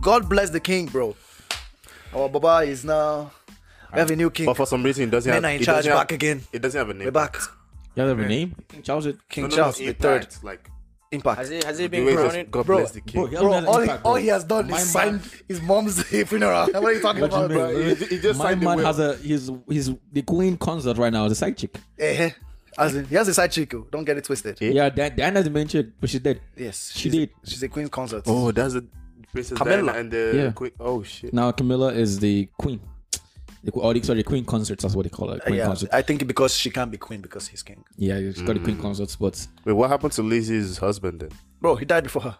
God bless the king, bro. Our Baba is now. We have a new king. But for some reason, it doesn't Men have. are in it charge doesn't have- back again. It doesn't have a name. We're back. You have a name? Charles it. King Charles the Third. Like Impact. Has it, has it the been way it crowned? says, God Bro, bless the king. you Bro, have all, he, impact, all bro. he has done My is sign man. his mom's funeral. What are you talking What do you about, mean, bro? bro? He- he just My signed the man will. has a he's he's the queen concert right now. The side chick. Eh, as in, he has a side chick. oh, Don't get it twisted. Yeah. Yeah, Di- Diana's the main chick, but she's dead. Yes, She she's did. A, she's a queen's concert. Oh, that's the Princess Camilla. Diana and the Yeah. Queen. Oh shit. Now Camilla is the queen. The, qu- or the, sorry, the queen concerts. That's what they call it. Queen yeah. concert. I think because she can't be queen because he's king. Yeah, she's got the Mm. queen concerts, but Wait, what happened to Lizzie's husband then? Bro, he died before her.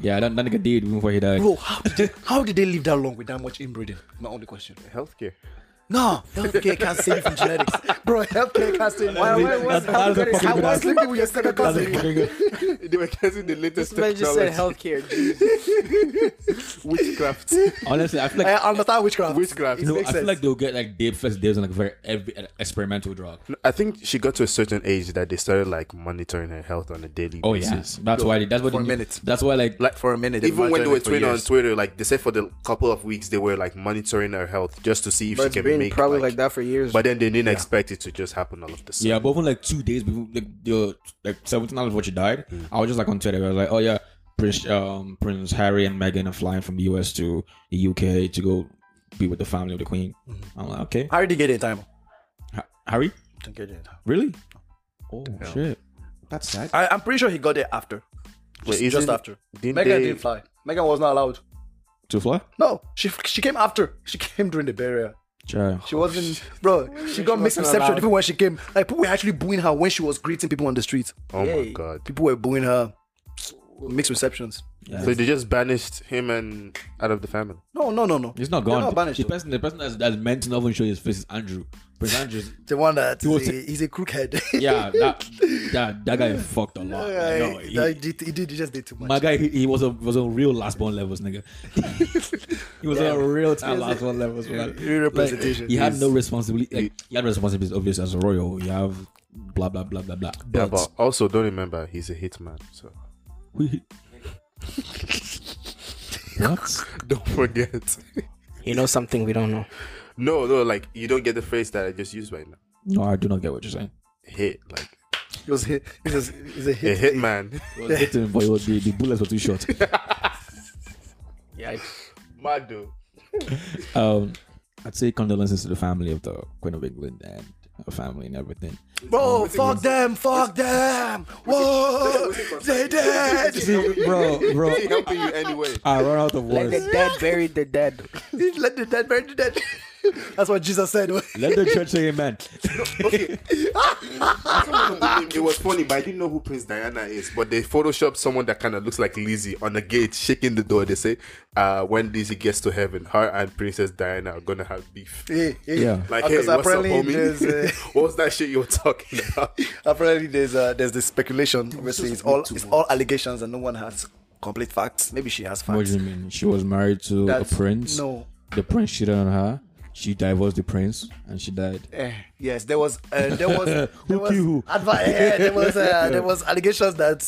yeah, that, that nigga did before he died. Bro, how did they, how did they live that long with that much inbreeding? My only question. Healthcare. No, healthcare can't save you from genetics, bro. Healthcare can't save. you. Why- why- That's- why- that's a why- fucking why- good I was answer. sleeping with your second That's a cousin. fucking good- they were getting the latest This man just said technology. healthcare. Jesus. Witchcraft. Honestly, I feel I like understand witchcraft. Witchcraft. It no, I makes feel sense. like they'll get like Dave first Dave's on like very every uh, experimental drug. I think she got to a certain age that they started like monitoring her health on a daily Oh yeah, basis. that's why. They, that's what For they a need. minute. That's why like Like For a minute, they even when they monitored were it for tweeting on years. Twitter, like they said for the couple of weeks they were like monitoring her health just to see if But she it's can been make probably like, that for years. But then they didn't expect it to just happen all of the sudden. Yeah, but even like two days before, like the like seventeen hours before she died, I was just like on Twitter. I was like, oh yeah, Prince um Prince Harry and Meghan are flying from the US to the UK to go be with the family of the Queen. I'm like, okay, How did he get it in time? Ha- Harry, Didn't get it in time. really? Oh shit, that's sad. I, I'm pretty sure he got there after. Just, isn't- just after. didn't Megan they- didn't fly. Megan was not allowed. To fly? No, she she came after. She came during the burial. Child. She wasn't, bro. She got mixed reception even when she came. Like people were actually booing her when she was greeting people on the street. Oh my Yay. god. People were booing her. Mixed receptions. So they just banished him and out of the family. No, no, no, no. He's not They're gone. Not banished, the though. person, the person that's, that's meant to not even show his face is Andrew. Prince Andrew's, the one that was- is a, he's a crookhead. yeah, that that, that guy fucked a lot. Like, no, he- Oh, he, did, he did. He just did too much. My guy, he, he was a was on real last born levels, nigga. he was on real time last born levels. man. real representation. Like, he had no responsibility. Like, he had responsibilities, obviously, as a royal. You have blah blah blah blah blah. But, Yeah, but also don't remember he's a hitman. So we, what? don't forget. you know something we don't know. no, no, like you don't get the phrase that I just used right now. No, I do not get what you're saying. Hit like He was hit. He was, he was a a hit. hitman. It was hitting, but it was- the, the bullets were too short. Yeah, Mad dude. Um, I'd say condolences to the family of the Queen of England and her family and everything. Bro, fuck them, fuck them. Whoa, they dead. bro, bro, He helping you anyway. I run out of let the words. dead bury the dead. Let the dead bury the dead. That's what Jesus said. Let the church say amen. Okay. I don't know the name. it was funny, but I didn't know who Prince Diana is. But they photoshopped someone that kind of looks like Lizzie on the gate, shaking the door. They say, uh, when Lizzie gets to heaven, her and Princess Diana are gonna have beef. Hey, hey. Yeah. Like, hey, Because what's up, apparently homie? there's, uh, what was that shit you were talking about? Apparently, there's uh, there's this speculation. Obviously, it's all it's all allegations, and no one has complete facts. Maybe she has facts. What do you mean? She was married to That's- a prince. No. the prince cheated on her. She divorced the prince, and she died. Eh, yes, there was uh, there was there Who was, kill who? advi- eh, there was uh, there was allegations that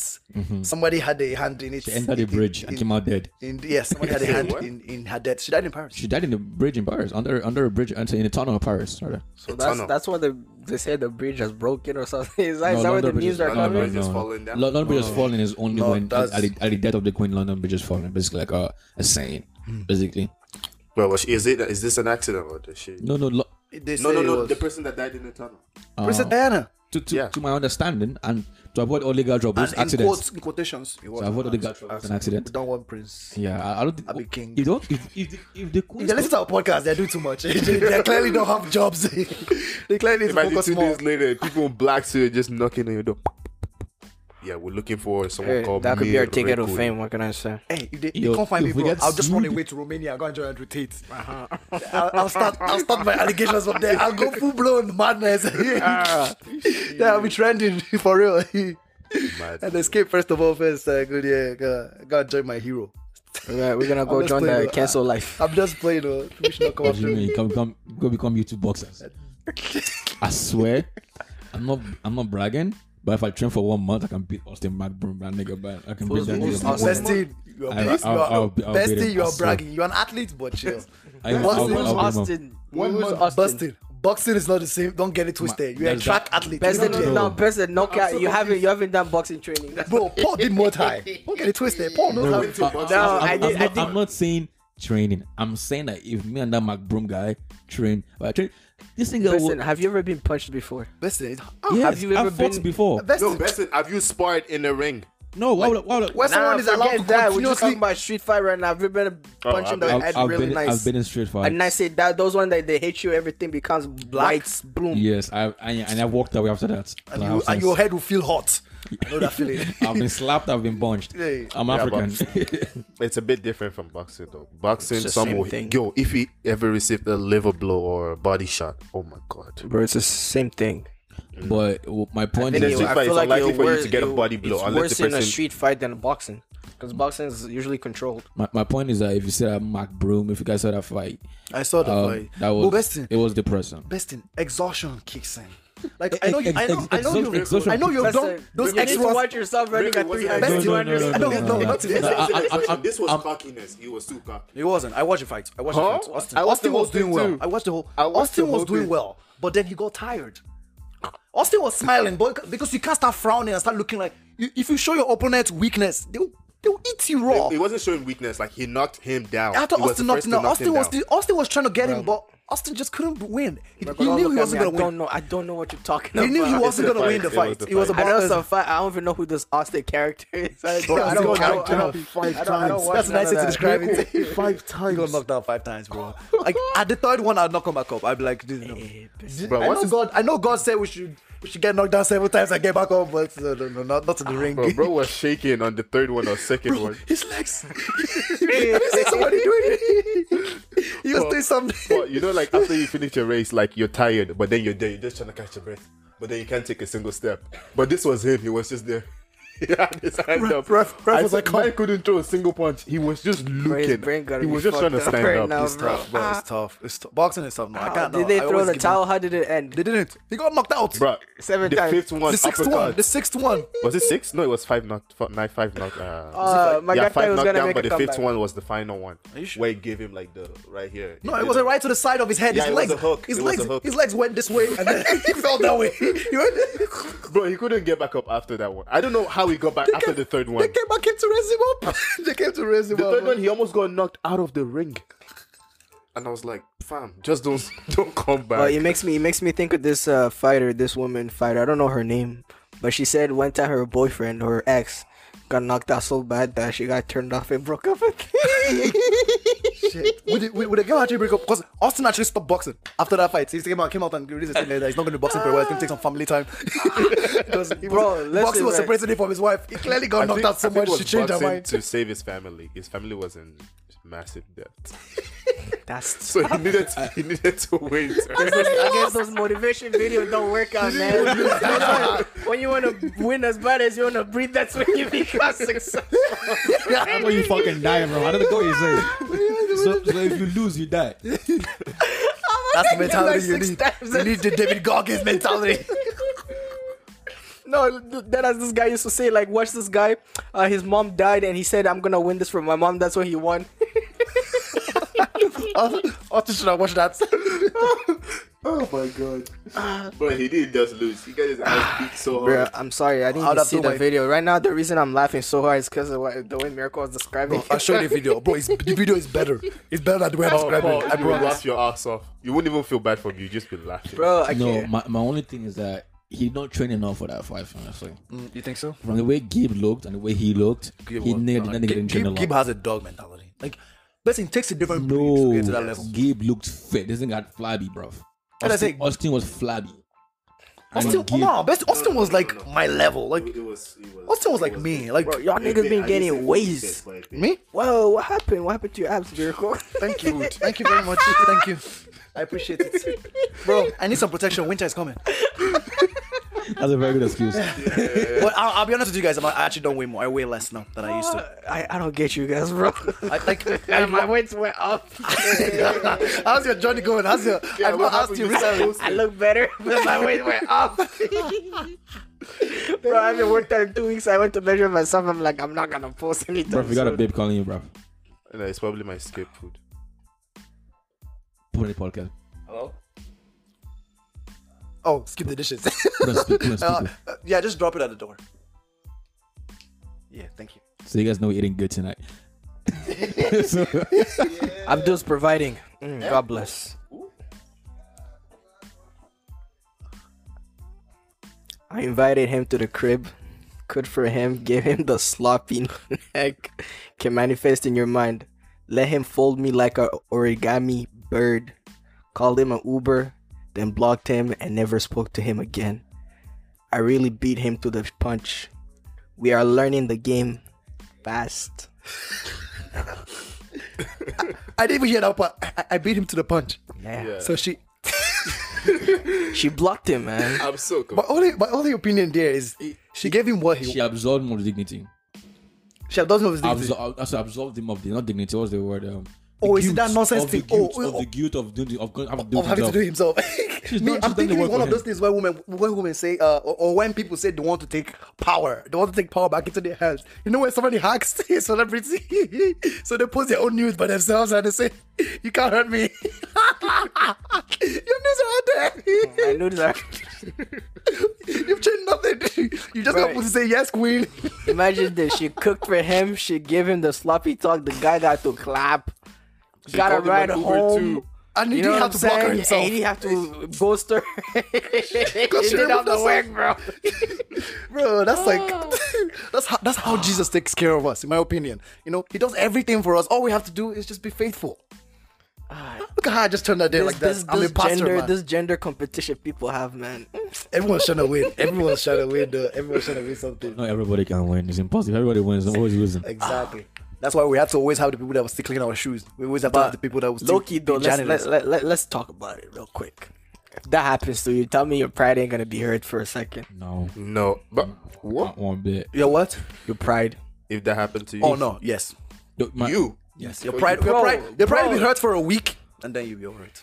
somebody had a hand in it. Mm-hmm. She entered the bridge In, and came out dead. in, yes, somebody had a hand What? in, in her death. She died in Paris. She died in the bridge in Paris, under under a bridge, under, in a tunnel of Paris. Rather. So That's tunnel. that's why the, they say the bridge has broken or something. Is that, No, is that where the London Bridge news is- are London London coming? Bridge is falling down. London Bridge is falling is only No, when at, that's- at the, at the death of the Queen, London Bridge is falling. Basically, like a, a saying, basically. Well, was she, is it is this an accident or does she? No, no, lo- They No, say no, it no. was- The person that died in the tunnel. uh, Princess Diana. to, to, Yeah. to my understanding, and to avoid all legal troubles, And in accidents. quotes, in quotations, it was So I voted an the guy acc- for an accident. We don't want Prince. Yeah, I, I don't think. I'll be king. You don't. If, if, the, if the Queen, They listen to our podcast. They do too much. they, they clearly don't have jobs. they clearly need to Imagine focus two more. days later, people in black suit are just knocking on your door. Yeah, we're looking for someone Hey, called that could be our Mir ticket to Rekul. fame. What can I say? Hey, if they, Yo, they can't find me, if we bro, get I'll just run sued- away to Romania. Go and join Andrew Tate. I'll, I'll start. I'll start my allegations from there. I'll go full blown madness. yeah, I'll be trending for real. Mad. and escape first of all. First, uh, good. Yeah, go, go and join my hero. Right, we're gonna go Honestly, join the though, cancel life. I'm just playing. Uh, we should not come What do after you me. mean? Come, come, go become YouTube boxers. I swear, I'm not, I'm not bragging, But if I train for one month, I can beat Austin Blackburn, that nigga back. I can beat that Who's- who's- nigga. back. Best thing, you're I'll- pissed, I'll- I'll you're be- I'll best beat thing, him. you're I'll- bragging. You're an athlete, but chill. I- I'll- What's- I'll- who's I'll beat him up. Austin. One Who's month- Austin? Busting. Boxing is not the same. Don't get it twisted. You're a that's track that- athlete. Best You in don't know. no, best in knockout. You haven't you haven't done boxing training. Bro, Paul did more time. Don't get it twisted. Paul knows how to. No, I'm, I I'm did. I not, did. I'm not saying training. I'm saying that if me and that McBroom guy train, but I train this nigga. Listen, will, have you ever been punched before? Best in. yes, have you ever I've fought been- before? Best No, in. best. Have you sparred in the ring? No, why would, why would, Where someone is allowed to forget that. We're just continuously. talking about street fight right now. I've been punching I've the I've, head I've really been, nice. I've been in street fights. and I said that those ones that they hit you, everything becomes black. Whites, bloom. Yes, I, I and I walked away after that. and, Like, you, I was Um, and like, your head will feel hot. I know that feeling. I've been slapped. I've been punched. Yeah. I'm Yeah, African. It's a bit different from boxing though. Boxing, the some same will thing. yo. If he ever received a liver blow or a body shot, oh my god. Bro, it's the same thing. but w- my point think is, it was- street fight, it's unlikely you're for you worse- to get a you're- body blow It's unless worse the in a person- street fight than boxing, because boxing is usually controlled. my, my point is that if you see that Mark Broom, if you guys saw that fight, I saw that. um, boy. that But was best in. it was depressing. Best in. Exhaustion kicks in. Like Ex- I know, you, I know, ex- I know exhaust- you. exhaustion I know you've That's done it. those you need to extras. watch yourself running Ricky, at what's 300. No, no, 200. no, no, no, no, no. This, I- this- I- I- this was I'm- cockiness. He was too cocky. It wasn't. I watched the fight. I watched Huh? the fight. Austin, I watched Austin the whole was doing thing well. too. I watched the whole. I watched Austin the was whole doing thing. well, but then he got tired. Austin was smiling, but because you can't start frowning and start looking like you- if you show your opponent weakness, they'll they'll eat you raw. He wasn't showing weakness. Like he knocked him down. After He was Austin the knocked first him to out, knock Austin him was down. still, Austin was trying to get him, but Austin just couldn't win. He, he Don't knew look he at wasn't gonna me. I don't win. know. I don't know what you're talking He about. knew he was- wasn't the gonna win the fight. It was fight. the It was fight. I know about some fight. I don't even know who this Austin character is. I don't, I He got don't, I don't, knocked I out don't, five I don't, I don't times. watch That's a none nice of way to that. describe it. Five He got times. knocked out five times, bro. like at the third one, I'd knock him back up. I'd be like, this, no. Bro, I what's know his- God. I know God said we should we should get knocked down several times and get back up, but uh, no, no, no, not, not in the ring. Bro, bro was shaking on the third one or second Bro, one. his legs. Have you seen somebody doing it? He was Bro, doing something. But you know, like after you finish your race, like you're tired, but then you're there, you're just trying to catch your breath, but then you can't take a single step. But this was him; he was just there. Yeah, his hand Ref- up. ref- ref I was said like, man couldn't throw a single punch. He was just his looking. brain gotta He be was just fucked trying to up stand right up. now, He's bro. tough, Bro, it's tough. It's t- boxing is tough. Man. I Oh, How can't. Did no, they I throw always the give towel? up. How did it end? They didn't. He got knocked out. Bro, Seven the times. fifth one, the sixth uppercut. one. The sixth one. Was it six? No, it was five knock, f- nine, five knock. Uh, Uh, my yeah, guy five was gonna knockdown, make but a the fifth comeback. one was the final one. you sure? Where he gave him like the right here. No, it did was a right to the side of his head. Yeah, his it was legs. a hook. His It was legs. a hook. His legs went this way, and then he fell that way. He went- Bro, he couldn't get back up after that one. I don't know how he got back after came- the third They one. came back in to raise him up. they came to raise him The up. third one, he almost got knocked out of the ring. And I was like, fam, just don't don't come back. Well, Oh, it makes me it makes me think of this uh, fighter, this woman fighter. I don't know her name, but she said one time her boyfriend or her ex got knocked out so bad that she got turned off and broke up. with him. Shit. Would, it- would, would the girl actually break up? Because Austin actually stopped boxing after that fight. He came out, came out and released a statement that he's not going to boxing for a while. It's going to take some family time. Because he was- Bro, listen, boxing was man. separated him from his wife. He clearly got I knocked think- out so I think much. it was She changed her boxing mind. to save his family. His family was in massive debt, That's so he needed to, he needed to win. I guess those motivation videos don't work out, man. Sometimes when you want to win as bad as you want to breathe, that's when you become successful. That's when you fucking die, bro. I don't know what you say. so, so if you lose, you die. That's the mentality Like you six need. times. You need the David Goggins mentality. No, th- that as this guy used to say, like, watch this guy. Uh, his mom died, and he said, "I'm gonna win this for my mom." That's when he won. Austin Austin should have watched that. oh my god, bro, he didn't just lose. He got his ass beat so Bro, hard. I'm sorry, I didn't I'd even have see to the wait. video. Right now, the reason I'm laughing so hard is because of what, the way Miracle was describing. I'll show you the video. Bro, it's, the video is better. It's better than the way I'm Oh, describing Paul, it. I you would promise. laugh your ass off. You wouldn't even feel bad for me. You just be laughing. Bro, I No, can't. my, my only thing is that he not train enough for that fight. Honestly, You think so? from the way Gibb looked and the way he looked, he nailed it. That nigga didn't train a Gib, lot. Gib has a dog mentality. Like, Bessie takes a different breed to No, get to that level. Gabe looked fit. This thing got flabby, bro. What I Austin, say? Austin was flabby. And Austin, Gabe- no, best, Austin was like my level. Like was, it was. Austin was like me. Like Bro, y'all niggas been getting waist. me. Whoa, what happened? What happened to your abs, Miracle? Thank you. Thank you very much. Thank you. I appreciate it, bro. I need some protection. Winter is coming. That's a very good excuse. But I'll, I'll be honest with you guys. I'm, I actually don't weigh more. I weigh less now than I used to. I, I don't get you guys, bro. I, like, And my weights went up. how's your journey going? How's your? I've what not asked happened? you You said recently. I look better, but my weight went up. Bro, I haven't worked out in two weeks. I went to measure myself. I'm like, I'm not gonna post anything. Bro, if you got a soon. babe calling you, bro, No, it's probably my escape food. put in the podcast. Oh, skip the dishes. Put on speak- put on Uh, speaker. uh, yeah, just drop it at the door. Yeah, thank you. So you guys know we're eating good tonight. so, I'm just providing. Mm, God bless. I invited him to the crib. Good for him. Give him the sloppy neck. Can manifest in your mind. Let him fold me like a origami bird. Called him an Uber, then blocked him and never spoke to him again. I really beat him to the punch. We are learning the game fast. I didn't even hear that part. I, I- I beat him to the punch. yeah. So she. She blocked him, man. I'm so My only, my only opinion there is she gave him what he. she absorbed more dignity. She doesn't know his dignity. Absor- abs- absorbed him of the not dignity. What's the word? Um, Oh, the is it that guilt nonsense of the thing? Oh, guilt- oh, of oh. the guilt of doing the, of going of doing of having to job. do it himself. She's Me, done- I'm she's done the thinking it's work one for of those him. things where women, when women say, uh, or, or when people say they want to take power, they want to take power back into their hands. You know when somebody hacks a celebrity, so they post their own news by themselves and they say, "You can't hurt me." Your news are out I there. knew that. You've changed nothing. You just got Right. to say yes, queen. Imagine this. She cooked for him. She gave him the sloppy talk. The guy got to clap. got a called him an ride Uber home. too. And he You know didn't what I'm have to block her himself. saying? And he had to ghost her. he she did all removed the work, herself. bro. Bro, that's like Oh. that's how that's how Jesus takes care of us, in my opinion. You know, he does everything for us. All we have to do is just be faithful. Look at how I just turned that day like that. this, I'm this a pastor, gender, man. this gender competition people have, man. Everyone's trying to win. Everyone's trying to win. Though. Everyone's trying to win something. Not everybody can win. It's impossible. Everybody wins. I'm always losing. Exactly. That's why we have to always have the people that will still clean our shoes. We always have to have the people that will still Loki, be though, let's, janitors. let, let, let, let's talk about it real quick. If that happens to you, tell me your pride ain't gonna be hurt for a second. No, No, but what not one bit. Your what? Your pride. if that happened to you? Oh no, yes. Yo, my- you. Yes. Your pride, your Bro, pride, your pride bro. will be hurt for a week, and then you'll be alright.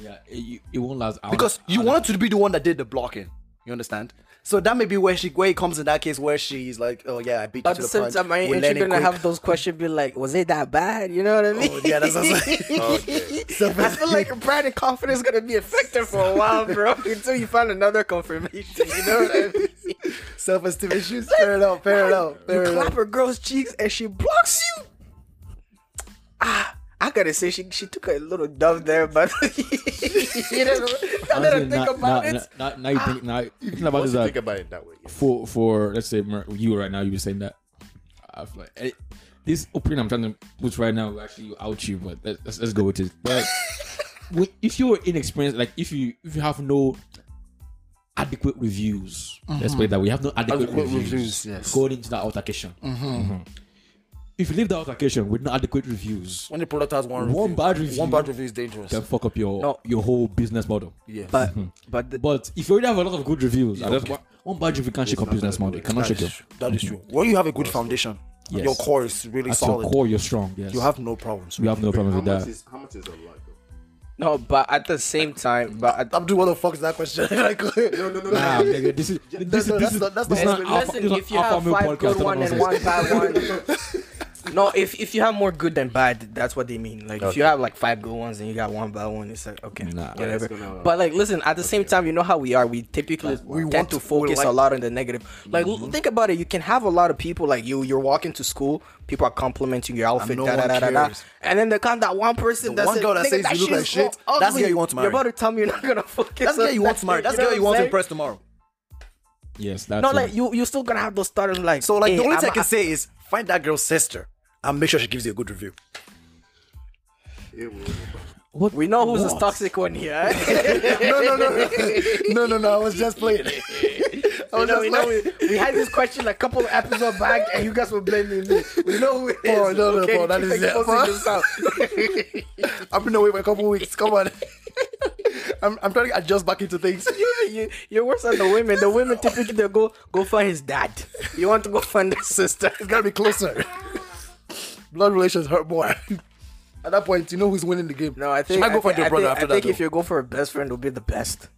Yeah. It, you- it won't last. I because wanna- you I wanted to be the one that did the blocking. You understand? So that may be where she where it comes in that case where she's like, oh yeah, I beat But at you to the the same punch. time, I We're ain't learning gonna quick." have those questions be like, was it that bad? You know what I mean? Oh, yeah, that's what I'm saying. I feel like your pride and confidence is gonna be affected for a while, bro, until you find another confirmation. You know what I mean? self-esteem issues. Fair enough, fair enough, fair you clap enough. her girl's cheeks and she blocks you. Ah, I gotta say she she took a little dove there, but you know, now that I honestly, think now- about now- it, Now, now, now you think. Now you think about Once this. you uh, think about it that way. yes. for for let's say Mer- you right now you were saying that I feel like eh, this opinion I'm trying to put right now will actually out you but let- let's, let's go with it but when- if you're inexperienced like if you if you have no adequate reviews let's put it that way you have no adequate, Mm-hmm. Adequate reviews, reviews, yes. Mm-hmm. going into that altercation Mhm. if you leave that altercation with no adequate reviews When the product has one One review, bad review. one bad review is dangerous. can fuck up your No. your whole business model Yes. but but the, Mm-hmm. but if you already have a lot of good reviews I just- one bad review can't shake up business model it cannot that, shake up is, that is true. When you have a good foundation, Mm-hmm. Yes. your core is really at your solid. core you're strong yes You have no problems. we have no problem how with that. much is how much is a lot? though? no, but at the same time, but at, Abdul, what the fuck is that question? like, No, no, no, Nah, no. nigga, this is this is no, this that's is not- that's this is not not what we- alpha- this is Listen, not if you alpha have male five podcast, good that's one and nonsense. one bad one. No, if if you have more good than bad, that's what they mean. Like if you have like five good ones and you got one bad one, it's like okay, Nah. whatever. Yeah, it's gonna- but like, listen, at the same time, you know how we are. We typically tend want to- to we focus like- Mm-hmm. a lot on the negative. Like, l- think about it. You can have a lot of people like you. You're walking to school, people are complimenting your outfit, no da, da, one da, da, da. cares. and then there comes that one person The that's one girl that says you look like shit, that's the girl you want to You're marry. about to tell me you're not gonna focus. that's the on guy you want to marry. thing, That's you the know guy you what I'm want to impress saying? tomorrow. Yes, that's No, it. like you, you still gonna have those starters like. So like "Hey, the only I'm thing I can a- say is find that girl's sister and make sure she gives you a good review. It will- what We know who's the what? toxic one here. eh? no, no, no, no, no, no. I was just playing. I You was know, just you know, playing. we, we had this question like a couple of episodes back, and you guys were blaming me. We know who it is. Oh, no, no, okay? Paul, that is Keep it. exposing Paul. yourself. I've been away for a couple weeks. Come on. I'm, I'm trying to adjust back into things. You- you, you're worse than the women. The women typically they go go find his dad. You want to go find his sister. It's gotta be closer. Blood relations hurt more. At that point, you know who's winning the game. No, I think she might I go thi- for your I brother think, after I think that. if you go for a best friend, it'll be the best.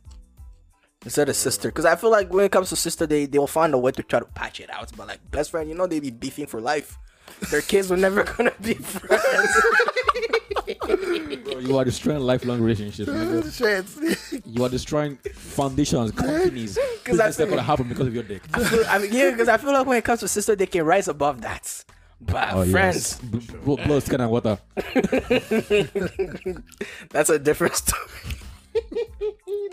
Instead of sister, because I feel like when it comes to sister, they they'll find a way to try to patch it out. But like best friend, you know they be beefing for life. Their kids were never gonna be friends. Bro, you are destroying lifelong relationships. nigga. Shit. You are destroying foundations, companies. Business that could happen because of your dick. I feel- I mean, yeah, because I feel like when it comes to sister, they can rise above that. But friends, Oh, B- b- blood, skin, and water. that's a different story.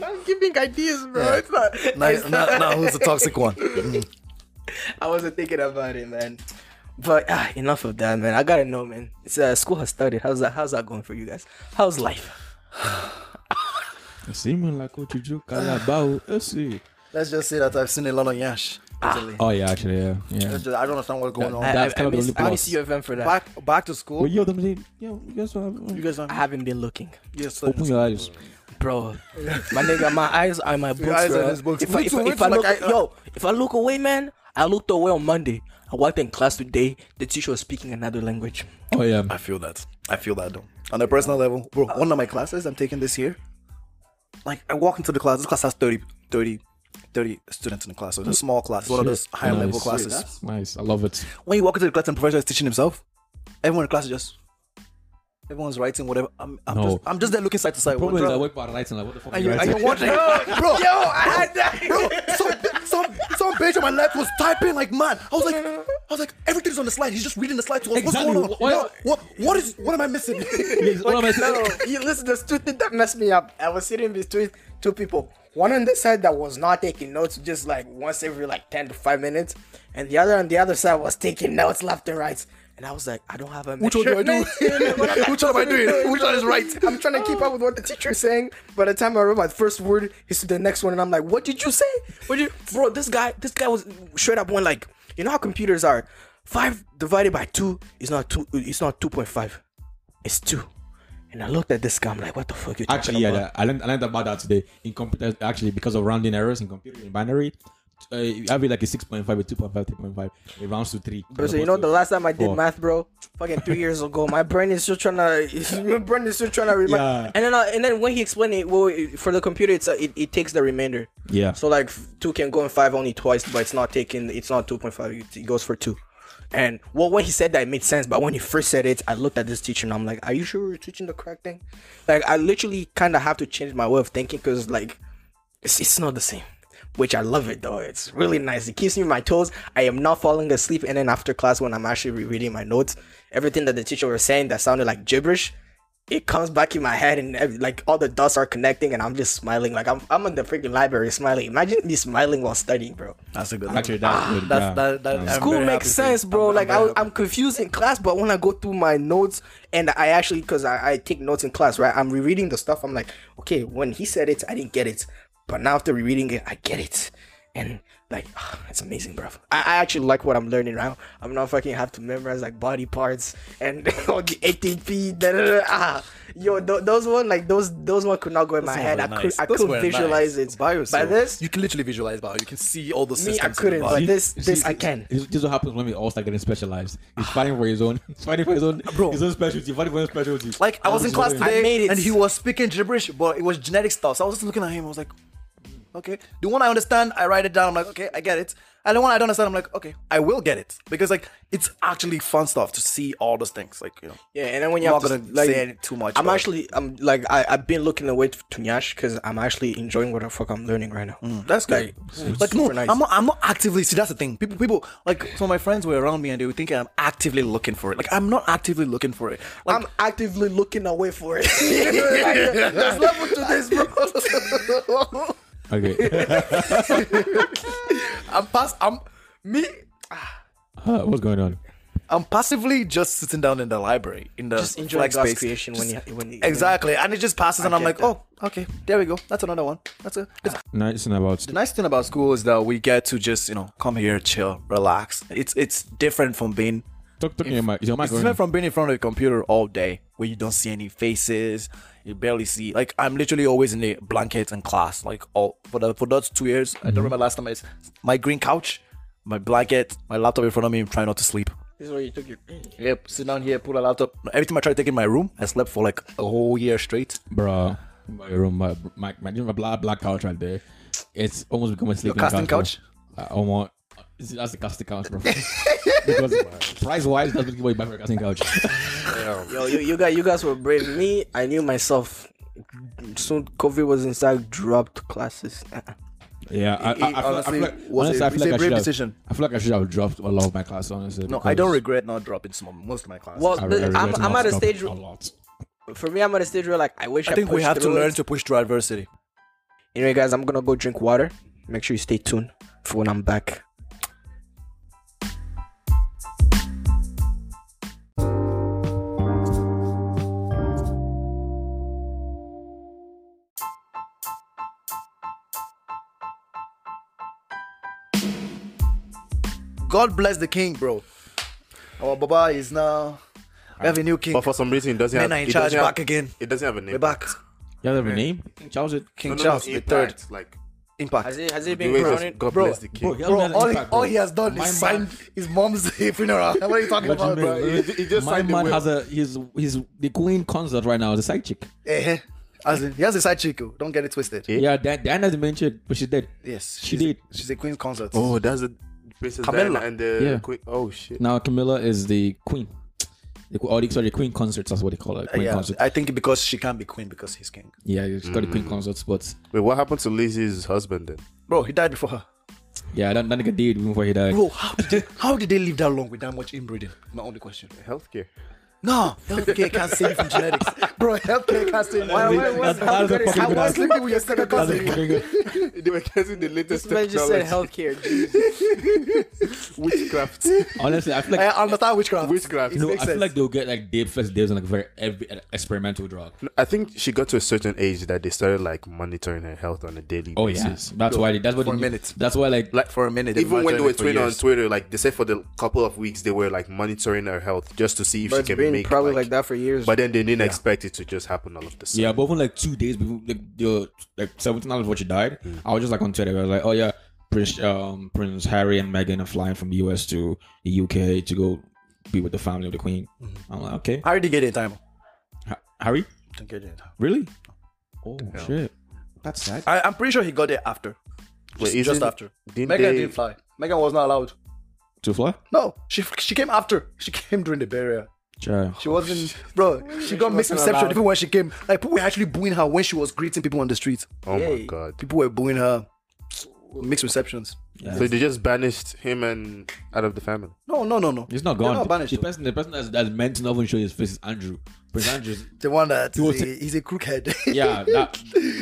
I'm giving ideas, bro. It's not. now, it's now, now who's the toxic one? Mm. I wasn't thinking about it, man. But ah, enough of that, man. I gotta know, man. It's, uh, school has started. How's that? How's that going for you guys? How's life? Simon like Ochuju Kalabao. Esi. Let's just say that I've seen a lot of Yash. lately. Oh yeah, actually, yeah, yeah. Let's just- I don't understand what's going on. Ah, I, That's I, I, kind of the miss, only I plus. miss UFM for that. back back to Well, school. yo, them say, yo, you guys want You guys are I haven't been looking, yes, sir. open your eyes. bro. my nigga, my eyes are in my books, eyes are bro. in his books. If, I, Me if, too, I- me if too. I look, Like, uh, I- yo, if I look away, man, I looked away on Monday. I walked in class today. The teacher was speaking another language. Oh yeah. I feel that. I feel that though. On a personal level, bro, Uh, one of my classes I'm taking this year, like I walk into the class. This class has 30, 30, 30 students in the class. So it's a small class. It's one of those Shit. higher level Nice. classes. Nice. I love it. when you walk into the class and professor is teaching himself, everyone in the class is just everyone's writing whatever. I'm, I'm No. just I'm just there looking side to side. Problem What- is, I work by lights and like, what the fuck? Are is you, are lighting? you watching? bro, Yo, I had that. bro, some, some, some bitch on my left was typing like mad. I was like, I was like, everything's on the slide. He's just reading the slide to us. Exactly. What's going on? Why- No, what, what is, what am I missing? Yes, what am I saying? No, you listen, there's two things that messed me up. I was sitting between two people. One on this side that was not taking notes, just like once every like 10 to 5 minutes. And the other on the other side was taking notes left and right. And I was like, I don't have a Which one do I do? Which one am I doing? Which one is right? I'm trying to keep up with what the teacher is saying. By the time I read my first word, he's to the next one, and I'm like, "What did you say? What did you, bro? This guy, this guy was straight up one like, you know how computers are, five divided by two is not two, it's not two point five, it's two. And I looked at this guy, I'm like, "What the fuck you Actually, talking yeah, about?" yeah, I learned I learned about that today in computer. Actually, because of rounding errors in computer in binary, uh, you have it like a six point five, a two point five, three point five. It rounds to three. Bro, so you know the last time I did Four. math, bro, fucking three years ago, my brain is still trying to, my brain is still trying to remember. Yeah. And then, uh, and then when he explained it, well, it- for the computer, it's uh, it, it takes the remainder. Yeah. So like f- two can go in five only twice, but it's not taking, it's not two point five. It, it goes for two. And well, when he said that, it made sense. But when he first said it, I looked at this teacher and I'm like, "Are you sure we're teaching the correct thing?" Like I literally kind of have to change my way of thinking because like it's, it's not the same which i love it though it's really nice it keeps me on my toes i am not falling asleep and then after class when i'm actually rereading my notes everything that the teacher was saying that sounded like gibberish it comes back in my head and ev- like all the dots are connecting and i'm just smiling like i'm, I'm in the freaking library smiling imagine me smiling while studying bro That's a good. actually Ah, that's good. that's yeah. that, that, I'm school very makes happy for you. sense bro I'm- like I'm I'm, very I, I'm confused in class but when i go through my notes and i actually because I, I take notes in class right i'm rereading the stuff i'm like okay when he said it i didn't get it but now after rereading it i get it and like ah, it's amazing bro I, I actually like what i'm learning now i'm not fucking have to memorize like body parts and all the atp da, da, da, ah. yo th- those one like those those one could not go in my head i could i Those could were visualize nice. it by yourself. this You can literally visualize bio. You can see all the me systems. i in the couldn't bio. but this You this see, i can This, this is what happens when we all start getting specialized. He's fighting for his own. He's fighting for his own. Bro. His own specialty. Fighting for his own specialty. Like I was in class I today, made it. and he was speaking gibberish, but it was genetic stuff. So I was just looking at him. I was like, "Hmm, okay. The one I understand, I write it down. I'm like, okay, I get it. And the one I don't understand, I'm like, okay, I will get it because like it's actually fun stuff to see all those things. Like you know, Yeah, and then when I'm you have not to gonna like, say it too much, I'm but- actually, I'm like, I I've been looking away to Nyash because I'm actually enjoying what the fuck I'm learning right now. that's good. Like, Like, no, super nice. I'm not. I'm not actively. See, that's the thing. People, people like some of my friends were around me and they would think I'm actively looking for it. Like I'm not actively looking for it. Like, I'm actively looking away for it. Like, There's level to this, bro. Okay. I'm pass. I'm me. Uh, what's going on? I'm passively just sitting down in the library in the Just enjoy flag God's space. creation when Just- you- when you- exactly, and it just passes, and I'm get like, that. oh, okay, there Ah. we go. That's another one. That's a. It's, Nice and about. the nice thing about school is that we get to just you know come here, chill, relax. It's it's different from being Talk, talk in your mic. Is your mic it's going? different from being in front of a computer all day where you don't see any faces. You barely see. Like I'm literally always in the blanket in class. Like all for the for those two years, I don't remember last time. It's my green couch, my blanket, my laptop in front of me, trying not to sleep. this is where you took your. Yep, sit down here, pull a laptop. Every time I tried to take in my room, I slept for like a whole year straight. Bro, my room, my my my, my black black couch right there. it's almost become a sleeping casting bro. couch? I almost. That's the casting couch, bro. because price wise, that's what you buy for a casting couch. Yo, you, you guys, you guys were brave. Me, I knew myself. Soon COVID was inside, dropped classes. Uh-uh. yeah, I, I, I, It- feel- I feel honestly like- was honestly, a- I feel it's a like I brave should have- decision. I feel like I should have dropped a lot of my class, honestly. No, I don't because regret not dropping some most of my class. Well, I re- I the- regret I'm, not I'm at a stopping stage. A lot. For me, I'm at a stage where like I wish I, I think we pushed have to through it. learn to push through adversity. Anyway, guys, I'm gonna go drink water. Make sure you stay tuned for when I'm back. God bless the king, bro. Our Baba is now. We have a new king. But for some reason, it doesn't Men have. are in it charge doesn't have- back again. It doesn't have a name. We're back. You have a name? Charles it. King No, no, no, Charles the impact, third. Like Impact. Has it has it the been way grounded? just God Bro, bless the king. Bro, Bro, Impact, all he, bro. all he has done My is sign man- his mom's funeral. What are you talking What do you about, bro? mean? He- he just My signed the man will. has a he's he's the queen concert right now. The side chick. Eh, As in, he has a side chick. oh, Don't get it twisted. Yeah. Yeah, Dan, Diana's the main chick, but she's dead. Yes, She she's did. A, she's a queen's Uh, concert. Oh, that's the Princess Camilla. Diana and the Yeah. queen. Oh shit. Now Camilla is the queen. The, qu- or the, sorry, the queen concerts. That's what they call it. Queen yeah. concert. I think because she can't be queen because he's king. Yeah, she's got the queen concerts, but Wait, what happened to Lizzie's husband then? Bro, he died before her. yeah, that, that nigga did before he died. Bro, how did they, how did they live that long with that much inbreeding? My only question. Healthcare. No, healthcare can't save you from genetics, bro. Healthcare can't save you. Why, why- why- That's- that's a fucking I good was answer. sleeping with your second That's a cousin. fucking good- they were getting the latest This man just said healthcare. Jesus. witchcraft. Honestly, I feel I like understand witchcraft. witchcraft. It no, I makes feel sense. like they'll get like Dave first Dave's on like very every uh, experimental drug. I think she got to a certain age that they started like monitoring her health on a daily Oh yeah, basis. that's why. They, that's what for they a do. minute. That's why like Like For a minute, even when they were twenty tweeting on Twitter, like they said for the couple of weeks they were like monitoring her health just to see if But she it's can been make probably like that for years. But then they didn't expect it to just happen all of the sudden. Yeah, but even like two days before like the like seventeen hours before she died, I was just like on Twitter. I was like, oh yeah, Prince um Prince Harry and Meghan are flying from the US to the UK to go be with the family of the Queen. I'm like, okay, How did he get in time? Ha- Harry, Don't get in time. really? Oh shit, that's sad. I, I'm pretty sure he got there after. Wait, Just, isn't- just after. didn't Megan they- didn't fly. Megan was not allowed. To fly? No, she she came after. She came during the burial. Child. She wasn't, bro. She got misconception even when she came. Like people were actually booing her when she was greeting people on the streets. Oh my Yay. god. People were booing her. Mixed receptions. So they just banished him and out of the family. No, no, no, no. He's not They're gone. not banished. the person, the person that's, that's meant to not even show his face is Andrew. Prince Andrew's The one that was- he- he's a crookhead. yeah, that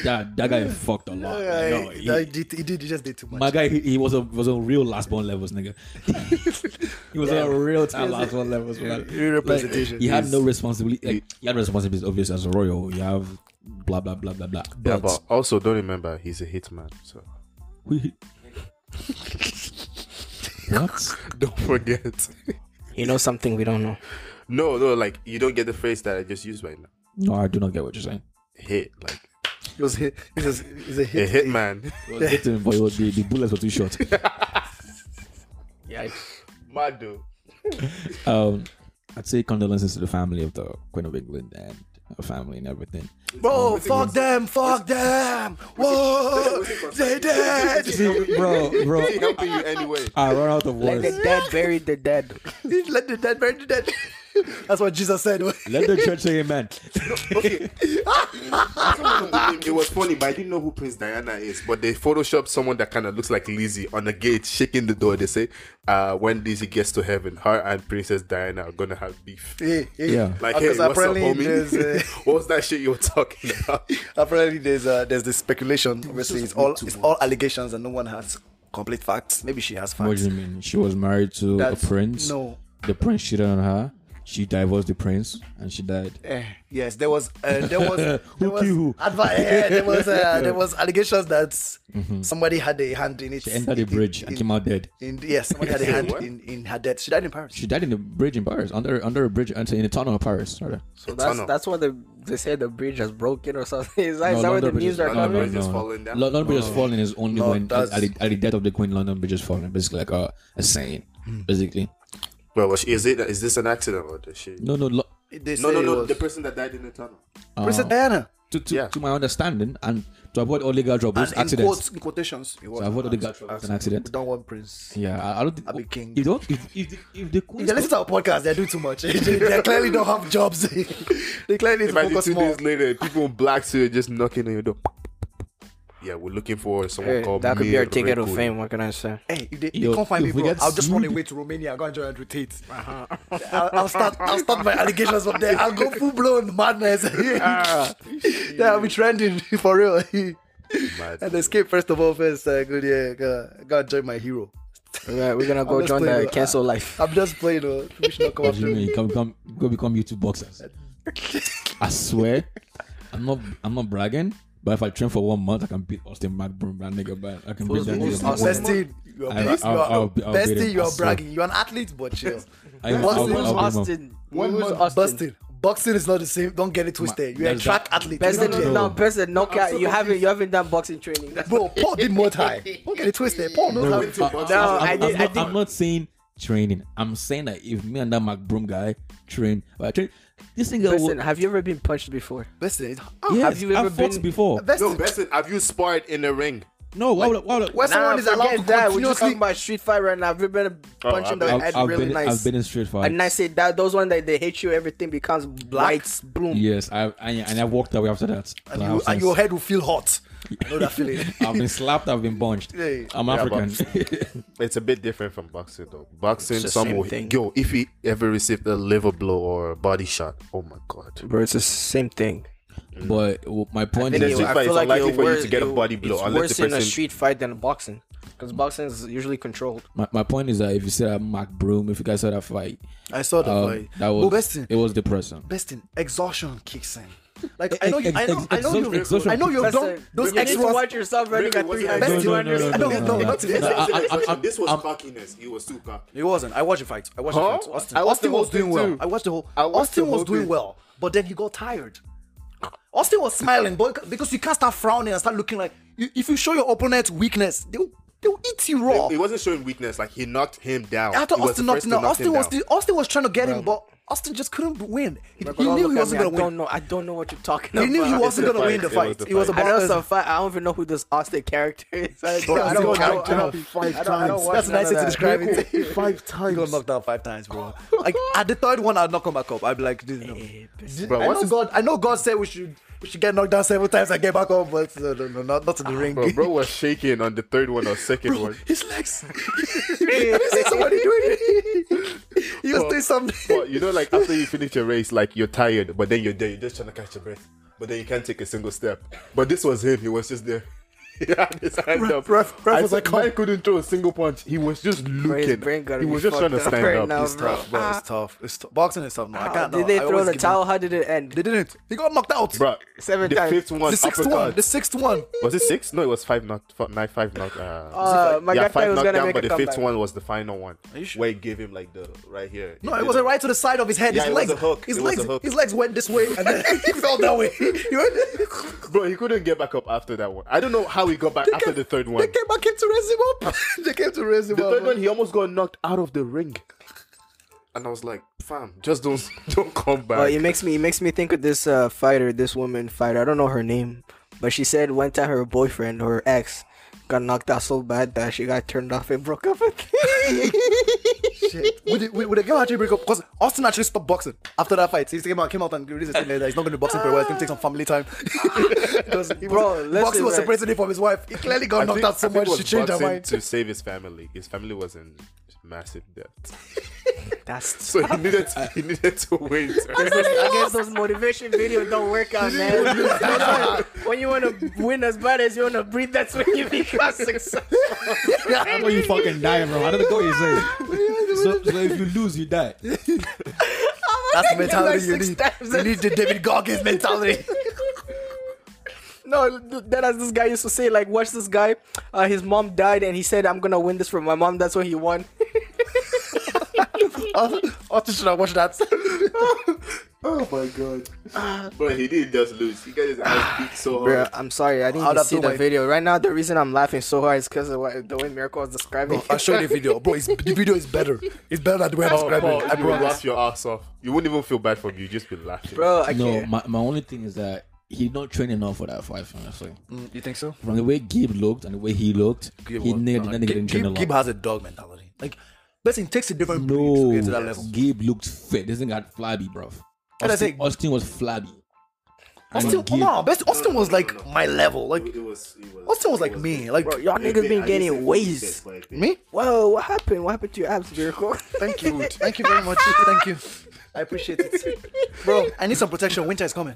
that that guy fucked a lot. Like, yo, he- he, did, he did. He just did too much. my guy, he, he was a was on real last born levels, nigga. he was on real time last born levels. man. real representation. Like, he had no responsibility. Like, he had responsibilities, obvious as a royal. You have blah blah blah blah blah. Yeah, But but also don't remember he's a hitman. So we- what? don't forget. you know something we don't know. no, no, like you don't get the phrase that I just used right now. No, I do not get what you're saying. Hit like He was hit. He was, he's a a hit. hitman. It was hitting, but it was- the, the bullets were too short. Yeah. Mad though. Um, I'd say condolences to the family of the Queen of England and her family and everything. Bro, fuck them, fuck them. Whoa, they dead. bro, bro, He helping you anyway. I run Ah, out of Let words. the dead bury the dead. Let the dead bury the dead. That's what Jesus said. Let the church say amen. Okay. it was funny, but I didn't know who Prince Diana is. But they photoshopped someone that kind of looks like Lizzie on the gate, shaking the door. They say, uh, when Lizzie gets to heaven, her and Princess Diana are gonna have beef. Yeah, Yeah. Like, hey, Because what's up, apparently there's, homie? uh, what was that shit you were talking about? Apparently, there's uh, there's this speculation. Obviously, it's all it's all allegations, and no one has complete facts. Maybe she has facts. What do you mean? She was married to That's- a prince. No. The prince cheated on her. She divorced the prince and she died. Eh, yes, there was uh, there was there was, killed who? advi- eh, there was uh, there was allegations that somebody had a hand in it. Mm-hmm. She entered the in- bridge and in- came out dead. in- yes, somebody had a hand What? in, in her death. She died in Paris. She died in the bridge in Paris, under under a bridge, under, in the tunnel of Paris. Sorry. So That's that's why the, they say the bridge has broken or something. Is that, No, is that where the London Bridge news is- are no, coming? no, Bridge is no. falling down? Lo- London Bridge is falling is only No, when at, that's- at the, at the death of the Queen, London Bridge is falling. Basically, like a, a saying. Basically, Well, was she- is it is this an accident or the shit? no, no, lo- uh, They No, say no, it no. was- The person that died in the tunnel. Ah. Princess Diana. to, to, Yeah. to my understanding, and to avoid illegal troubles, And in, accidents. quotes, in quotations, it was to avoid an illegal accident. troubles and accidents. Don't want Prince. Yeah, I, I don't think. I'll be king. You don't. If if, if, if the If Queen's they listen to our podcast, they do too much. they, they clearly don't have jobs. they clearly need to Imagine focus two more. days later, people in black suit just knocking on your door. Yeah, we're looking for someone Hey, called that could be our Mir ticket Reku. of fame. What can I say? Hey, if they, they Yo, can't find yo, me, we bro, get I'll just run sued. away to Romania. I'll go and join Andrew Tate. I'll, I'll start. I'll start my allegations from there. I'll go full blown madness. then I'll be trending for real. Mad. and escape first of all. First, uh, good yeah. God, God, join my hero. We're, we're gonna I'm go just join playing, the uh, cancel life. I'm just playing. Uh, we should not come What do after you me. mean? Come, come, go become YouTube boxers. I swear, I'm not, I'm not bragging. But if I train for one month, I can beat Austin McBroom, that nigga. But I can beat that Who's nigga. Austin? by one Best month. thing, you're I'll- beast, I'll- you're- I'll be- I'll best beat thing, him, I you're swear. bragging. You're an athlete, but chill. I- I'll- Who's I'll- I'll beat him up. One Who's Busting. Boxing is not the same. Don't get it twisted. You're a that's track that- athlete. Best You no, don't no, get- no. best in knockout. You haven't you haven't done boxing training. That's Bro, Paul did more time. Don't get it twisted. Paul knows No, how I- to I- I- No, I'm- I I'm did- I not- did- I'm not saying training. I'm saying that if me and that McBroom guy train, but I train, this nigga Listen, will. have you ever been punched before? Busting. Yes, have you ever I've fought been- before? No, Busting. Besson, have you sparred in the ring? No, why would, why would, When someone is allowed to forget that. We're just continuously talking about street fight right now. Have you been punched in the I've- head I've really been, nice? I've been in street fight. and I say that those ones that they hate you, everything becomes black. White, bloom. Yes, I, I and I walked away after that. and, Like, you, I've and since- your head will feel hot. I know that feeling. I've been slapped. I've been punched. Yeah. I'm Yeah, African. It's a bit different from boxing, though. Boxing, It's the some same will thing. yo. If he ever received a liver blow or a body shot, oh my god. Bro, it's the same thing. but w- my point I In a think is, street it- I fight, feel it's like unlikely it for you wor- to get a it- body blow It's unless worse the in a person- street fight than boxing, because boxing is usually controlled. my, my point is that if you see that Mark Broom, if you guys saw that fight, I saw the um, fight. that but was Busting, it was depressing. Bestin, exhaustion kicks in. Like Ex- I know, you, I know, ex- I know exhaustion- you. exhaustion I know you've That's done a- those you need to extras. watch yourself running Really, at what's 300, it? No, no, no, no, 200. no, no, no, no. This- I- I- this- I'm- I'm- This was I'm- cockiness. He was too cocky. It wasn't. I watched the fight. I watched the Huh? fight. Austin, I watched Austin the whole was doing thing well. too. I watched the whole. I watched Austin the was whole doing thing. well, but then he got tired. Austin was smiling, but because you can't start frowning and start looking like you- if you show your opponent weakness, they'll they'll eat you raw. He wasn't showing weakness. Like he knocked him down. After He was Austin the knocked first him to out, knock Austin him was down. still, Austin was trying to get him, but Austin just couldn't win. He, he Don't knew look he at wasn't me, gonna I don't win. know. I don't know what you're talking He about. knew he was wasn't the gonna fight. win the It was fight. the It was fight. I about know some fight. I don't even know who this Austin character is. I don't, Bro, I don't, I don't, I character. don't, I don't, I don't watch That's none nice of to that. describe it. Five times. He got knocked down five times, bro. Like at the third one, I'd knock him back up. I'd be like, this, no. Eh, Bro, I what's know his- God. I know God said we should we should get knocked down several times and get back up, but uh, no, no, not, not in the ring. Ah, Bro, bro was shaking on the third one or second Bro, one. his legs. Have you seen somebody doing it? He was Bro, doing something. But you know, like after you finish your race, like you're tired, but then you're there, you're just trying to catch your breath, but then you can't take a single step. But this was him; he was just there. Yeah, his hand up. ref- ref I was said like, Mike couldn't throw a single punch. He was just looking. brain gotta He be was just fucked trying to up stand right up. now, He's bro. tough, bro, it's tough. It's t- boxing is tough. No, I can't. Did no, they I throw always the give towel? up. How did it end? They didn't. He got knocked out. Bro, Seven the times. fifth one, the sixth uppercut. one. The sixth one. Was it six? No, it was five knock, f- nine, five knock. Uh, Uh, my guy yeah, thought he five was gonna knockdown, make but a the fifth comeback. one was the final one. you sure? Where he gave him like the right here. No, it did was right to the side of his head. Yeah, his it was legs, a hook. his It was legs, a hook. his legs went this way, and then he fell that way. He went- Bro, he couldn't get back up after that one. I don't know how he got back They after came- the third They one. came back in to raise him up. they came to raise him The up. third one, he almost got knocked out of the ring. And I was like, fam, just don't don't come back. Well, it makes me it makes me think of this uh, fighter, this woman fighter. I don't know her name, but she said one time her boyfriend or her ex got knocked out so bad that she got turned off and broke up with. Shit. Would, it, would, would the girl actually break up? Because Austin actually stopped boxing after that fight. He came out, came out and released a statement that he's not going to boxing for a while. It's going to take some family time. Because he Bro, was, listen, boxing was man. separating him from his wife. He clearly got I knocked think- out so I think much it was she changed her boxing mind. to save his family. His family was in massive debt, That's so he needed to, he needed to win. I guess those motivation videos don't work out, man. That's why when you want to win as bad as you want to breathe, that's when you become successful. That's when you fucking die, bro. I don't know what you say. so, so if you lose, you die. That's the Like mentality you six need. times. You need the David Goggins mentality. No, that as this guy used to say, like, watch this guy. Uh, his mom died, and he said, "I'm gonna win this for my mom." That's when he won. Austin should have watched that. oh my god! But he did just lose. He got his ass beat so Bro, hard. I'm sorry, I didn't I'll even have see to the wait. video. Right now, the reason I'm laughing so hard is because of what, the way Miracle was describing. I'll show you the video. Bro, it's, the video is better. It's better than the way I'm Oh, describing Paul, it. I you would promise. laugh your ass off. You wouldn't even feel bad for me. You just be laughing. Bro, I no, can't. my, my only thing is that he not trained enough for that fight. Honestly, Mm, you think so? from the way Gibb looked and the way he looked, he nailed that nigga didn't train a Gib, lot. Gib has a dog mentality. Like, listen, it takes a different breed to No, get to that level. Gabe looked fit. This thing got flabby, bro. And I Austin, think- Austin was flabby. And Austin, Gabe- no, best Austin was like my level. Like, It was, it was, Austin was it like me. Like, Bro, y'all niggas been getting waste. me? Whoa, what happened? What happened to your abs, Jericho? Thank you. Thank you very much. Thank you. I appreciate it. Bro, I need some protection. Winter is coming.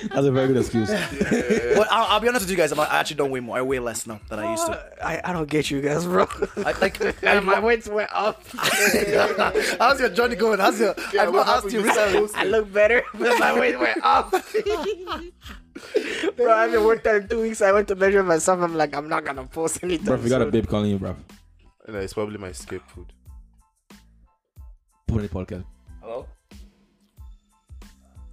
That's a very good excuse. But I'll, I'll be honest with you guys. I'm, I actually don't weigh more. I weigh less now than I used to. I, I don't get you guys, bro. I, like, And my weights went up. how's your journey going? How's your? I've what not asked you happened? recently. I look better, but my weight went up. bro, I haven't worked out in two weeks. I went to measure myself. I'm like, I'm not gonna post anything. bro, we got a soon. babe calling you, bro. No, it's probably my escape food. Put on the podcast.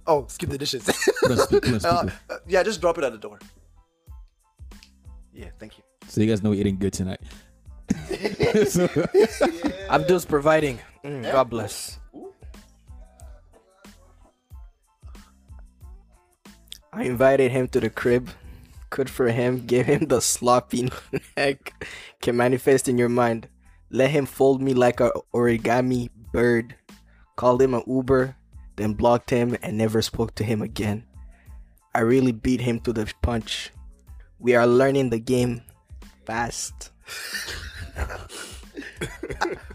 Oh, skip the dishes. Put on speak- put on Uh, speaker. uh, yeah, just drop it at the door. Yeah, thank you. So you guys know we're eating good tonight. so, I'm just providing. Mm, God bless. I invited him to the crib. Good for him. Give him the sloppy neck. Can manifest in your mind. Let him fold me like a origami bird. Called him an Uber, then blocked him and never spoke to him again. I really beat him to the punch. We are learning the game fast.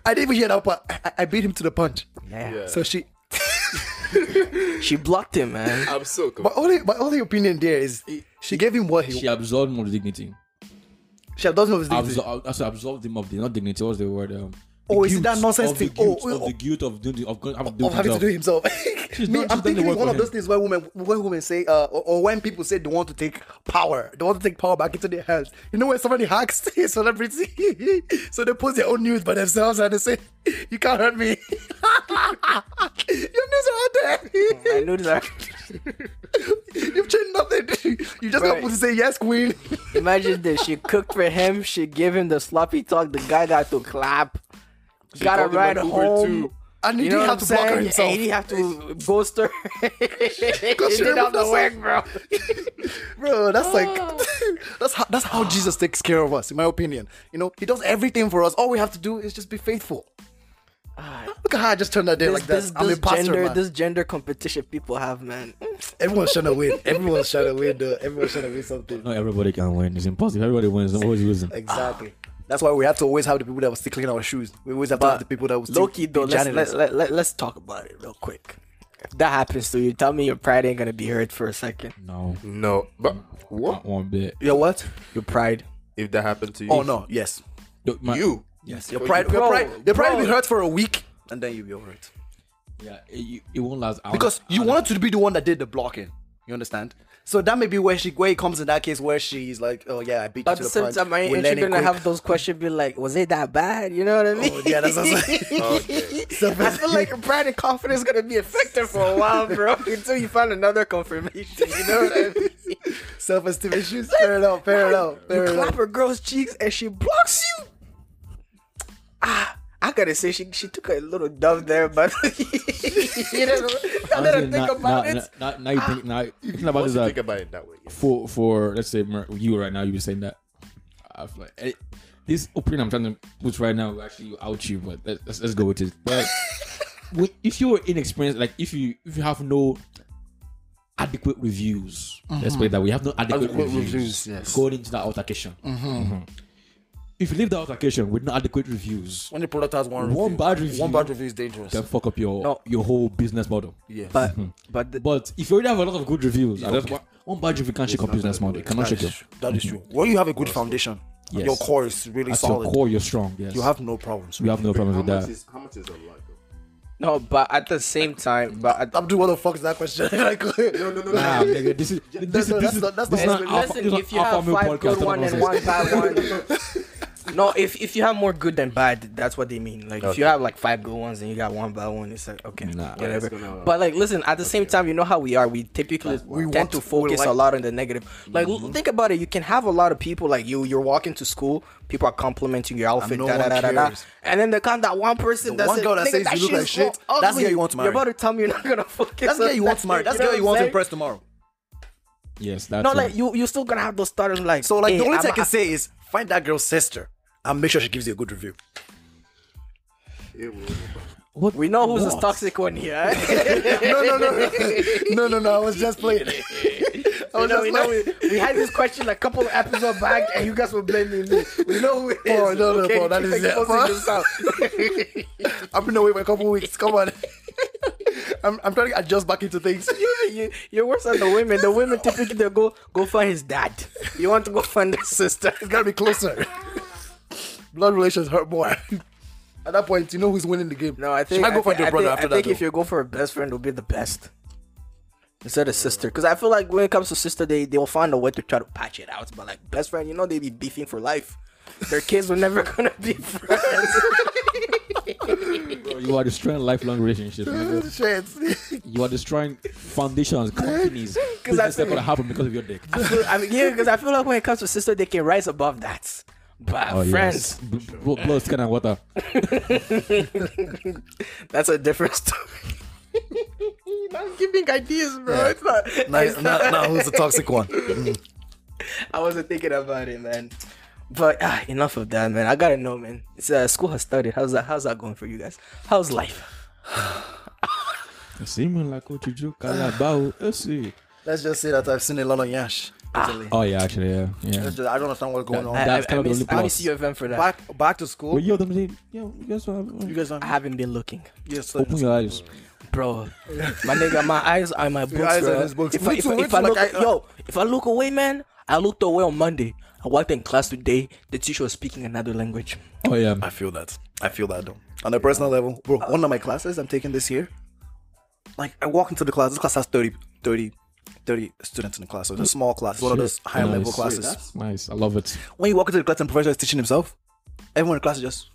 I didn't even hear that part. I- I, I beat him to the punch. Yeah. So she. She blocked him, man. I'm so confused. My only, my only opinion there is she gave him what he. she She, absorbed him of the dignity. doesn't know his dignity. Absor- also absorbed him of the not dignity. What's the word? Um, the Oh, is it guilt that nonsense of the thing? Oh, guilt- of oh, the guilt of doing the- of, going- of, doing of having to do himself. it himself. She's Me, done- she's I'm done the thinking work it's one for of those him. things where women, where women say, uh, or, or when people say they want to take power, they want to take power back into their hands. You know when somebody hacks a celebrity, so they post their own news by themselves and they say, "You can't hurt me." Your news are out there. I knew that. You've changed nothing. You just got Right. people to say yes, queen. Imagine this. She cooked for him. She gave him the sloppy talk. The guy got to clap. got a called him ride an Uber home. too. And he You know didn't what have I'm to block her saying? himself. And he didn't have to ghost her. he did removed all the work, herself. Bro, bro. that's like that's how that's how Jesus takes care of us, in my opinion. You know, he does everything for us. All we have to do is just be faithful. Look at how I just turned that day like that. this, I'm this a pastor, gender, man. this gender competition people have, man. Everyone's trying to win. Everyone's trying to win. Though. Everyone's trying to win something. Not everybody can win. It's impossible. Everybody wins. No always losing. Exactly. That's why we have to always have the people that were still clean our shoes. We always have to have the people that were still Loki, though, be let's, janitors. let, let, let, us talk about it real quick. If that happens to you, tell me your pride ain't gonna be hurt for a second. No, No, but what not one bit. Your what? Your pride. if that happened to you? Oh no, yes. Yo, my- you. Yes. Your But pride, you- your Bro, pride, your pride bro. will be hurt for a week, and then you'll be over it. Yeah, it, you- it won't last. I because wanna- you I wanted to be the one that did the blocking. You understand? So that may be where she where it comes in that case where she's like, oh yeah, I beat you to But at the the same punch. time, I We're ain't learning gonna quick. have those questions be like, was it that bad? You know what I mean? Oh, yeah, that's what I'm saying. Okay. I feel like your pride and confidence is gonna be affected for a while, bro, until you find another confirmation. You know what I mean? self-esteem issues. Fair enough. Fair enough. Fair you clap enough. her girl's cheeks and she blocks you. Ah, I gotta say she she took a little dove there, but you know, now that I honestly, think not- about not- it, not- not- Now you think now you think about Once this. you like, think about it that way. yeah. for for let's say Mer- you right now, you were saying that. I feel like eh, this opinion I'm trying to put right now will actually out you, but let- let's, let's go with it. But when, if you're inexperienced, like if you if you have no adequate reviews, Mm-hmm. let's put it that way. You have no adequate, Adequate reviews, reviews, yes. going into that altercation. Mm-hmm. Mhm. If you leave the altercation with no adequate reviews, When the product has one One review, bad review. one bad review is dangerous. then fuck up your No. your whole business model. Yes. but but the, But if you already have a lot of good reviews, and that's why- one bad review can't shake your business model. It cannot that, shake your. is, that is true. When you have a good foundation, Yes. your core is really At solid. your core, you're strong. Yes. You have no problems. We have no problems How with much that. is how much is a lot though? no, but at the same time, but at, Abdul, what the fuck is that question? like, no, no, no. Nah, nigga, this is this is no, this that's is not- that's this is not- not alpha- this is listen, not if you alpha have male five podcast. good one that's and what one I'm bad one. No, if if you have more good than bad, that's what they mean. Like if you have like five good ones and you got one bad one, it's like okay, Nah. whatever. That's gonna- but like, listen, at the same time, you know how we are. We typically we tend want- to we like- focus Mm-hmm. a lot on the negative. Like l- think about it. You can have a lot of people like you. You're walking to school, people are complimenting your outfit, no da, da, one da, da, da. cares. and then there comes that one person The that's one girl that says you look like shit, that's the girl you want to marry." You're about to tell me you're not gonna focus. That's the on girl you want to marry. That's the know girl you what want I'm to saying? impress tomorrow. Yes, that's No, it. like you, you still gonna have those starters. Like So like "Hey, the only I'm- thing I can I- say is find that girl's sister and make sure she gives you a good review. It will. what we know who's what? this toxic one here. eh? no, no, no, no, no, no. I was just playing. I was You know, just we, know, playing. we, we had this question like a couple of episodes back, and you guys were blaming me. We know who it is. Paul, Oh, no, no, Okay, Paul, that keep is it. exposing Paul. yourself. I've been away for a couple weeks. Come on. I'm, I'm trying to adjust back into things. you, you're worse than the women. The women typically they go go find his dad. You want to go find the sister. It's gotta be closer. Blood relations hurt more. At that point, you know who's winning the game. No, I think Should I go I find thi- your I brother think, after I think that? if you go for a best friend, will be the best instead of sister. Because I feel like when it comes to sister, they they will find a way to try to patch it out. But like best friend, you know, they be beefing for life. Their kids were never gonna be friends. Bro, you are destroying lifelong relationships. though. nigga. Shit. You are destroying foundations, companies. Because that's that's gonna happen because of your dick. I feel- I mean, yeah, because I feel like when it comes to sister, they can rise above that. But Oh, Oh, friends, B- b- blood, skin, and water. that's a different story. I'm giving ideas, bro. It's not, Now, it's now, now who's the toxic one? Mm. I wasn't thinking about it, man. But ah, enough of that, man. I gotta know, man. It's uh, school has started. How's that? How's that going for you guys? How's life? Seeming like what you do, Calabao. let's see. Let's just say that I've seen a lot on Yash. Italy. Oh yeah, actually, yeah, yeah. Let's just- I don't understand what's going on. that- That's I, I, kind of the miss- only I only plus. see your event for that. back back to school. But yo, them, they, yo, you guys have, you guys I are haven't been looking, yes, open your eyes. bro. my nigga, my eyes are in my books. eyes are bro. in his books. If, I, Me if, too, I- me if I too. look, Like, I- uh, yo, if I look away, man, I looked away on Monday. I walked in class today. The teacher was speaking another language. Oh yeah, I feel that. I feel that though. On a personal level, bro, one of my classes I'm taking this year, like I walk into the class. This class has 30, 30, 30 students in the class. So it's a small class, one of those Shit. higher level Nice. classes. That's nice. I love it. when you walk into the class and professor is teaching himself, everyone in the class is just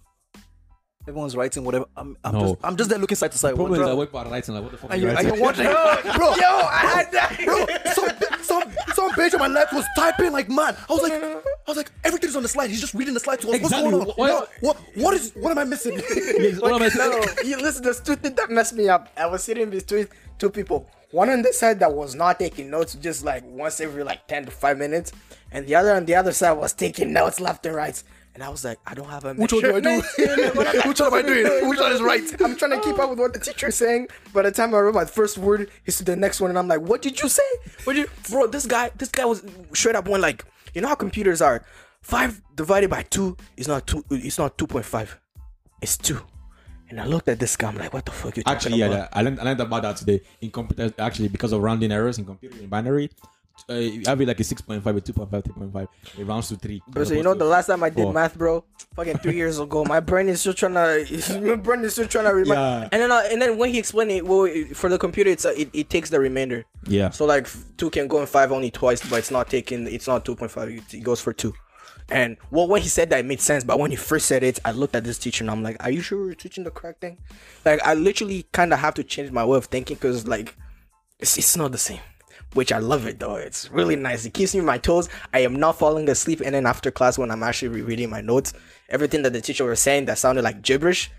everyone's writing whatever. I'm, I'm No. just I'm just there looking side to side. Problem is, I bro, work by writing. Like, what the fuck? are you you, are writing? you wondering, bro? Yo, I had that. Bro, some, some, some bitch on my left was typing like mad. I was like, I was like, everything's on the slide. He's just reading the slide to us. Exactly. What's going on? Why- Yo, what, what is, what am I missing? Yes, what am I saying? no, you, listen, there's two things that messed me up. I was sitting between two people. One on this side that was not taking notes, just like once every like 10 to 5 minutes. And the other on the other side was taking notes left and right. And I was like, I don't have a Which one do I do? Which one am I doing? Which one is right? I'm trying to keep up with what the teacher is saying. By the time I wrote my first word, he's to the next one, and I'm like, "What did you say? What did you, bro? This guy, this guy was straight up one like, you know how computers are, five divided by two is not two, it's not two point five, it's two. And I looked at this guy, I'm like, "What the fuck you talking Actually, yeah, about?" that- I learned I learned about that today in computer. Actually, because of rounding errors in computer in binary, uh, you have it like a six point five, a two point five, three point five. It rounds to three. Bro, so you know the last time I did Four. math, bro, fucking three years ago, my brain is still trying to, my brain is still trying to remember. Yeah. And then, uh, and then when he explained it, well, it- for the computer, it's uh, it, it takes the remainder. Yeah. So like f- two can go in five only twice, but it's not taking, it's not two point five. It, it goes for two. And well, when he said that, it made sense. But when he first said it, I looked at this teacher and I'm like, "Are you sure we're teaching the correct thing?" Like I literally kind of have to change my way of thinking because like it's, it's not the same which i love it though it's really nice it keeps me on my toes i am not falling asleep and then after class when i'm actually re- reading my notes everything that the teacher was saying that sounded like gibberish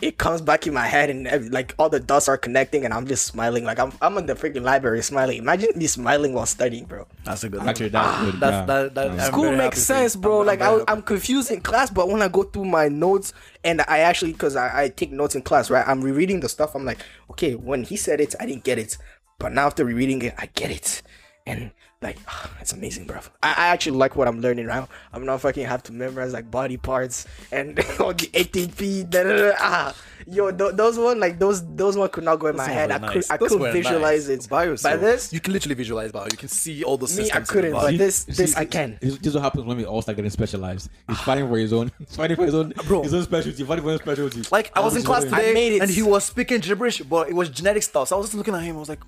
it comes back in my head and ev- like all the dots are connecting and i'm just smiling like i'm, I'm in the freaking library smiling imagine me smiling while studying bro That's a good. actually Ah, that's good. That's yeah. that. that I'm school very happy makes for you. sense, bro. I'm- like I'm I, very was- I'm confused in class, but when I go through my notes and I actually, cause I, I take notes in class, right? I'm rereading the stuff. I'm like, okay, when he said it, I didn't get it, but now after rereading it, I get it, and like, it's amazing, bro. I, I actually like what I'm learning now. I'm not fucking have to memorize like body parts and all the ATP. Da, da, da, ah. Yo, th- those one like those those one could not go in my Those head. I ones were could I Those could were visualize nice. it By By yourself. this, you can literally visualize bio. You can see all the I systems. in the couldn't, bio. but this- this I can. Ah. This, this is what happens when we all start getting specialized. He's fighting for his own. He's fighting for his own. Bro. His own specialty. Fighting for his own specialty. Like I was in class I today, made it. and he was speaking gibberish, but it was genetic stuff. So I was just looking at him. I was like,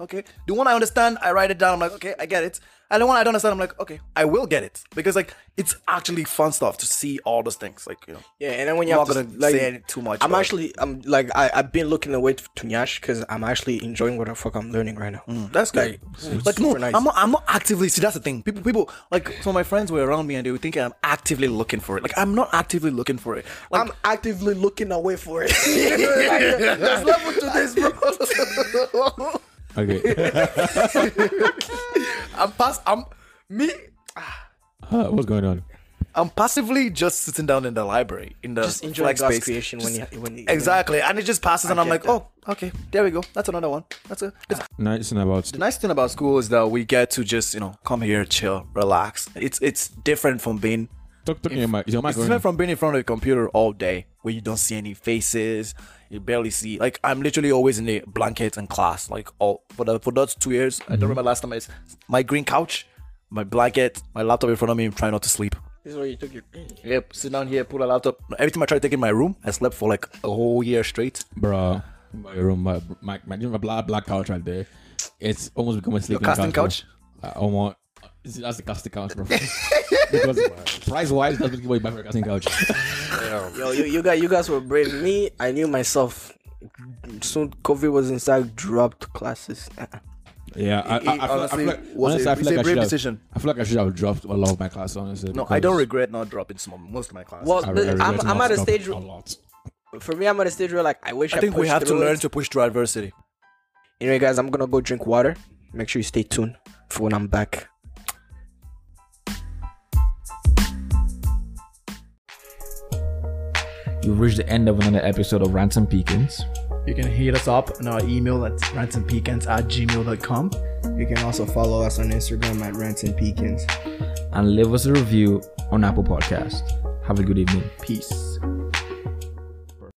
okay. The one I understand, I write it down. I'm like, okay, I get it. And the one I don't understand, I'm like, okay, I will get it because like it's actually fun stuff to see all those things. Like you know, Yeah, and then when I'm you not have to, gonna like, say any- too much. I'm but- actually, I'm like, I I've been looking away to Nyash because I'm actually enjoying what the fuck I'm learning right now. That's good. Like, no, super nice. I'm not. I'm not actively. See, that's the thing. People, people, like some of my friends were around me and they would think I'm actively looking for it. Like I'm not actively looking for it. Like I'm actively looking away for it. Like, there's level to this, bro. Okay. I'm pass. I'm me. Huh, Uh, what's going on? I'm passively just sitting down in the library in the Just enjoy flex God's space. creation when Just- you- when you- exactly, and it just passes, and I'm get like, that. Ah. oh, okay, there we go. That's another one. That's a. It's Nice and about the nice thing about school is that we get to just you know come here, chill, relax. It's it's different from being talk, talking your mic. Is your mic it's going? different from being in front of the computer all day where you don't see any faces, you barely see. Like I'm literally always in a blanket in class, like all for the for those two years. Mm-hmm. I don't remember last time. It's my green couch, my blanket, my laptop in front of me. I'm trying not to sleep. This is where you took your. Yep, sit down here, pull a laptop. Every time I tried to take in my room, I slept for like a whole year straight. bro. My room, my my my, my black black couch right there. It's almost become a sleeping casting couch. bro. I almost. It's- That's the casting couch, bro. because price wise, that's what you buy for a casting couch. Yo, you, you guys, you guys were brave. Me, I knew myself. Soon COVID was inside, dropped classes. Uh-uh. yeah, I, I, I, feel- I honestly feel like, was honestly, a- I feel it's a like brave I should have- decision. I feel like I should have dropped a lot of my class, honestly. No, I don't because regret not dropping some most of my classes. Well, I- I the- regret I'm, I'm not at a stopping stage. A lot. For me, I'm at a stage where like I wish I, I think we pushed have to through learn it. to push through adversity. Anyway, guys, I'm gonna go drink water. Make sure you stay tuned for when I'm back. You've reached the end of another episode of Ransom Peekins. You can hit us up on our email at ransompeekins at gmail.com. You can also follow us on Instagram at Rants and Peekins. And leave us a review on Apple Podcast. Have a good evening. Peace.